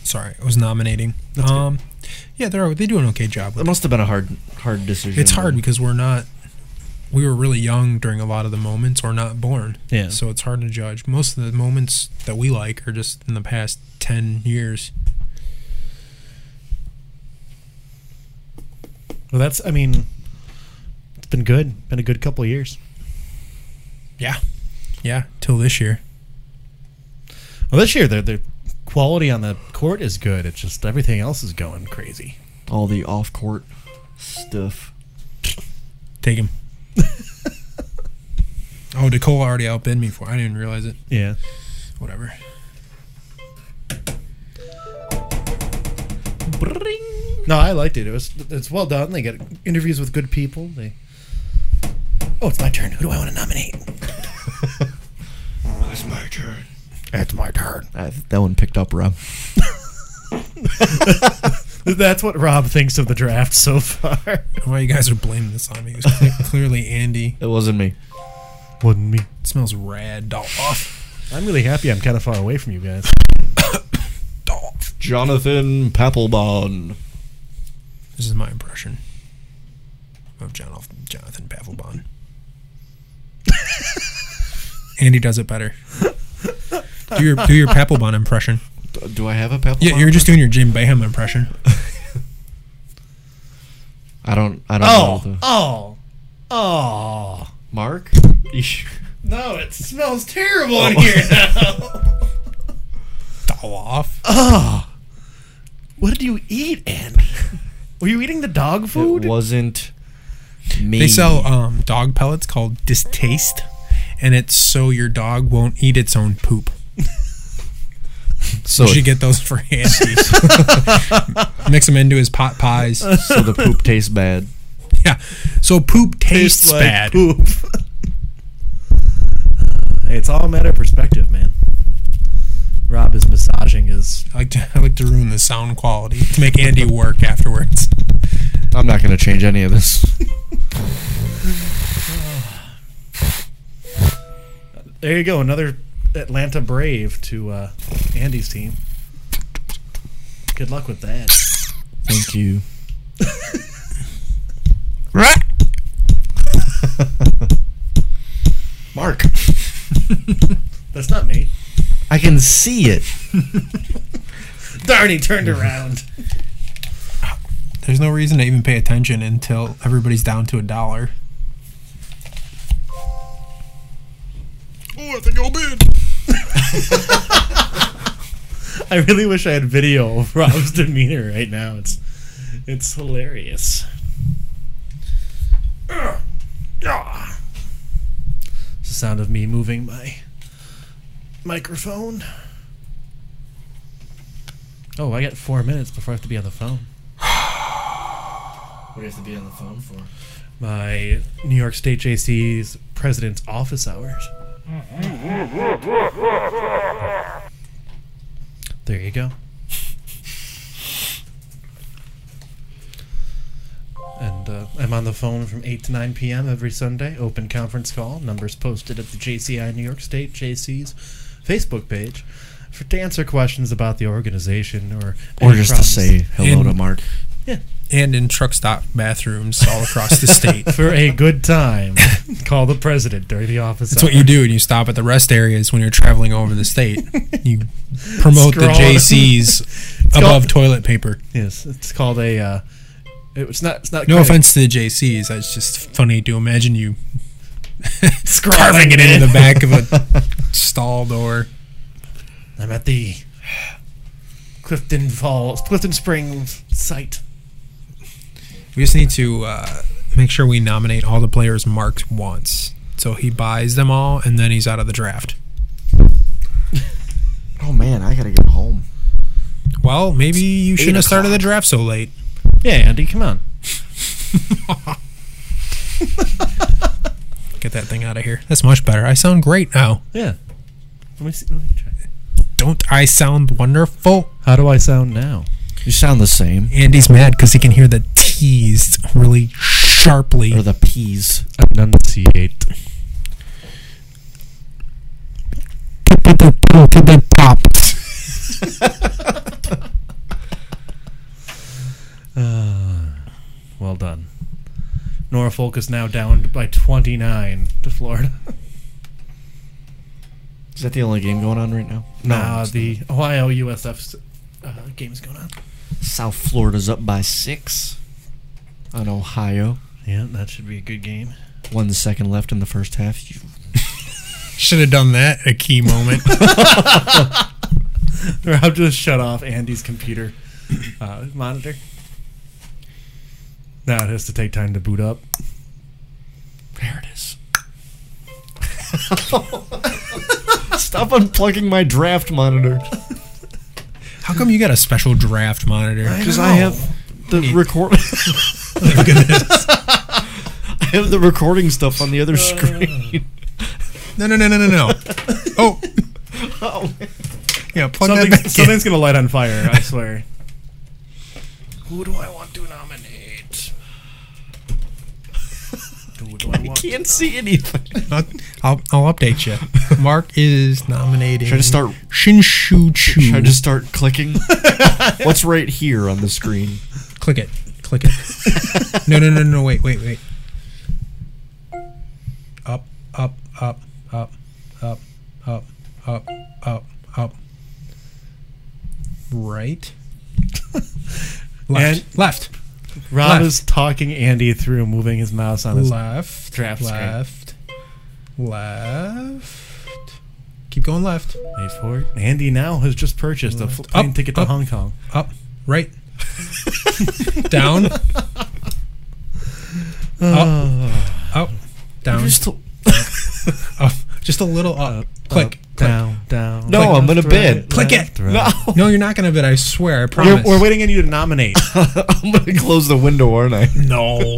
Sorry, I was nominating.
That's good.
um, yeah, they're they do an okay job.
That
With it.
must have been a hard, hard decision.
It's hard because we're not. We were really young during a lot of the moments, or not born.
Yeah.
So it's hard to judge. Most of the moments that we like are just in the past ten years.
Well, that's, I mean, it's been good. Been a good couple of years.
Yeah, till this year.
Well, this year, the, the quality on the court is good. It's just everything else is going crazy.
all the off-court stuff.
Take him. oh, Nicole already outbid me for. it. I didn't even realize it.
Yeah.
Whatever.
No, I liked it. It was it's well done. They get interviews with good people. They Oh, it's my turn. Who do I want to nominate?
It's my turn.
It's my turn.
that one picked up, Rob.
That's what Rob thinks of the draft so far.
Why you guys are blaming this on me? It was cle- clearly Andy.
It wasn't me.
Wasn't me.
It smells rad. Dolph.
I'm really happy. I'm kind of far away from you guys.
Dolph.
Jonathan Papelbon.
This is my impression of John, Jonathan Pavlbon. Andy does it better. Do your do your Papelbon impression.
D- Do I have a Papelbon?
Yeah, you're just doing your Jim Beham impression.
I don't. I don't know.
Oh,
The,
oh, oh!
Mark. Eesh.
No, it smells terrible in here now.
Dolph.
oh, what did you eat, Andy? Were you eating the dog food?
It wasn't me.
They sell um, dog pellets called Distaste, and it's so your dog won't eat its own poop.
so, Oh.
you should get those for Andy. Mix them into his pot pies.
so the poop tastes bad.
Yeah. So poop tastes,
like
bad.
poop. hey, it's all a matter of perspective, man. Rob is massaging his.
I like to I like to ruin the sound quality to make Andy work afterwards.
I'm not gonna change any of this.
There you go, another Atlanta Brave to uh, Andy's team. Good luck with that.
Thank you. Mark.
That's not me.
I can see it.
Darn, he turned around.
There's no reason to even pay attention until everybody's down to a dollar.
Oh, I think I'll bid.
I really wish I had video of Rob's demeanor right now. It's it's hilarious. Ugh. Ah. It's the sound of me moving my microphone. Oh, I got four minutes before I have to be on the phone.
What do you have to be on the phone for?
My New York State JC's president's office hours. There you go. And uh, I'm on the phone from 8 to 9 p.m. every Sunday. Open conference call. Numbers posted at the JCI New York State JC's Facebook page for to answer questions about the organization or
Or
any
just to
problems.
say hello
And-
to Mark.
And in truck stop bathrooms all across the state.
for a good time. Call the president during the office.
That's what you do when you stop at the rest areas when you're traveling over the state. You promote the
Scroll.
JCs above toilet paper.
Yes, it's called a. Uh, it- it's not. It's not.
No
quite a-
offense to the JCs, that's just funny to imagine you
Scrawling
carving it
in.
into the back of a stall door.
I'm at the Clifton Falls, Clifton Springs site.
We just need to uh, make sure we nominate all the players marked once. So he buys them all and then he's out of the draft.
Oh man, I gotta get home.
Well, maybe you shouldn't have started the
o'clock.
draft so late.
Yeah, Andy, come on.
Get that thing out of here. That's much better. I sound great now.
Yeah. Let me see. Let me try.
Don't I sound wonderful?
How do I sound now?
You sound the same.
Andy's mad because he can hear the T's really sharply.
or the peas.
Enunciate. Uh, well done. Norfolk is now down by 29 to Florida.
Is that the only game going on right now?
Nah,
it's
the Ohio USF uh, game's going on.
not. South Florida's up by six on Ohio.
Yeah, that should be a good game.
One second left in the first half. You
Should have done that at a key moment.
Rob just shut off Andy's computer uh, monitor. Now it has to take time to boot up.
There it is. Stop unplugging my draft monitor.
How come you got a special draft monitor?
Because I have the record.
Look at this.
I have the recording stuff on the other screen.
No, no, no, no, no, no. Oh,
Oh,
yeah, plug that
Something,
back in.
something's going to light on fire, I swear. Who do I want to nominate? Who do I
I
want to
can't see anything.
I'll, I'll, I'll update you. Mark is nominating.
Should I just start?
Shinshu Chu.
Should I just start clicking? What's right here on the screen?
click it? Click it. no, no, no, no. Wait, wait, wait. Up, up, up, up, up, up, up, up, up. Right. left.
And-
left.
Rob
Left.
is talking Andy through moving his mouse on his.
left,
draft screen.
left, left. Keep going left,
Wait for it. Andy now has just purchased a fl- plane
Up,
ticket to
up.
Hong Kong.
up, right, down, up, down,
You're still-
up, just a little up. click,
Up,
click.
down, down.
No, I'm gonna
left,
bid.
right,
Click
left,
it.
right.
no,
No, you're not gonna bid. I swear. I
We're,
promise.
we're waiting on you to nominate.
I'm gonna close the window, aren't I?
No.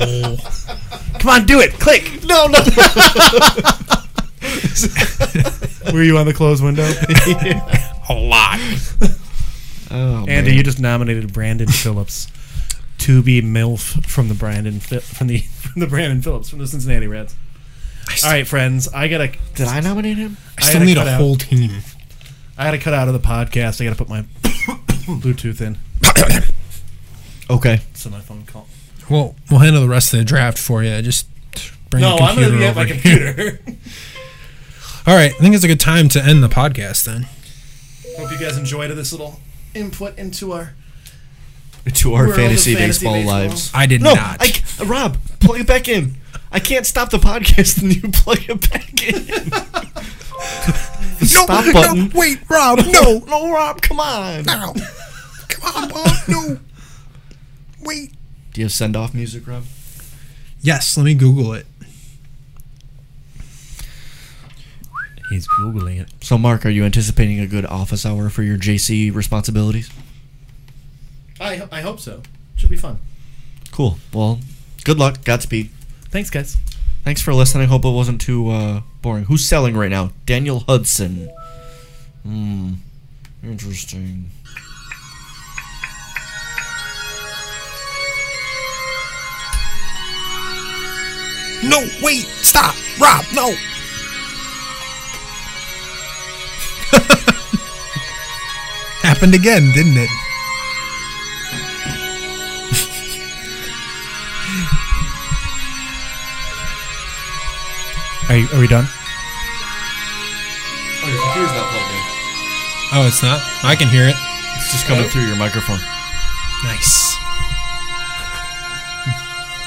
Come on, do it. Click.
No, no.
Were you on the closed window?
a lot.
Oh,
Andy,
man.
you just nominated Brandon Phillips to be MILF from the Brandon Fi- from the from the Brandon Phillips from the Cincinnati Reds. All right, friends, I gotta
did I nominate him?
I still need a whole team.
I gotta cut out of the podcast. I gotta put my Bluetooth in.
Okay.
So my phone call.
Well, we'll handle the rest of the draft for you. Just bring
No,
your
I'm
computer
gonna be at my
over.
computer.
All right, I think it's a good time to end the podcast then.
Hope you guys enjoyed this little input into our.
To our
World of
fantasy,
fantasy
baseball,
baseball.
lives.
I did
No,
not.
I c- Rob, plug it back in. I can't stop the podcast and you plug it back in.
no,
Stop
no,
button.
wait, Rob, no,
no, Rob, come on. Do
no. Come on, Bob, no. Wait.
you have send off music, Rob?
Yes, let me Google it.
He's googling it.
So, Mark, are you anticipating a good office hour for your JC responsibilities?
I I hope so. Should be fun.
Cool. Well, good luck. Godspeed.
Thanks, guys.
Thanks for listening. Hope it wasn't too uh, boring. Who's selling right now? Daniel Hudson. Hmm. Interesting.
No, wait, stop, Rob, no. Happened again, didn't it?
Are you, are we done?
Oh, your computer's not plugged in.
Oh, it's not? I can hear it.
It's just coming through your microphone.
Nice.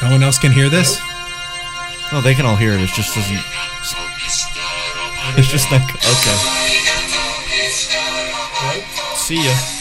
No one else can hear this?
No, Oh, they can all hear it. It just doesn't. It's just like okay. See ya.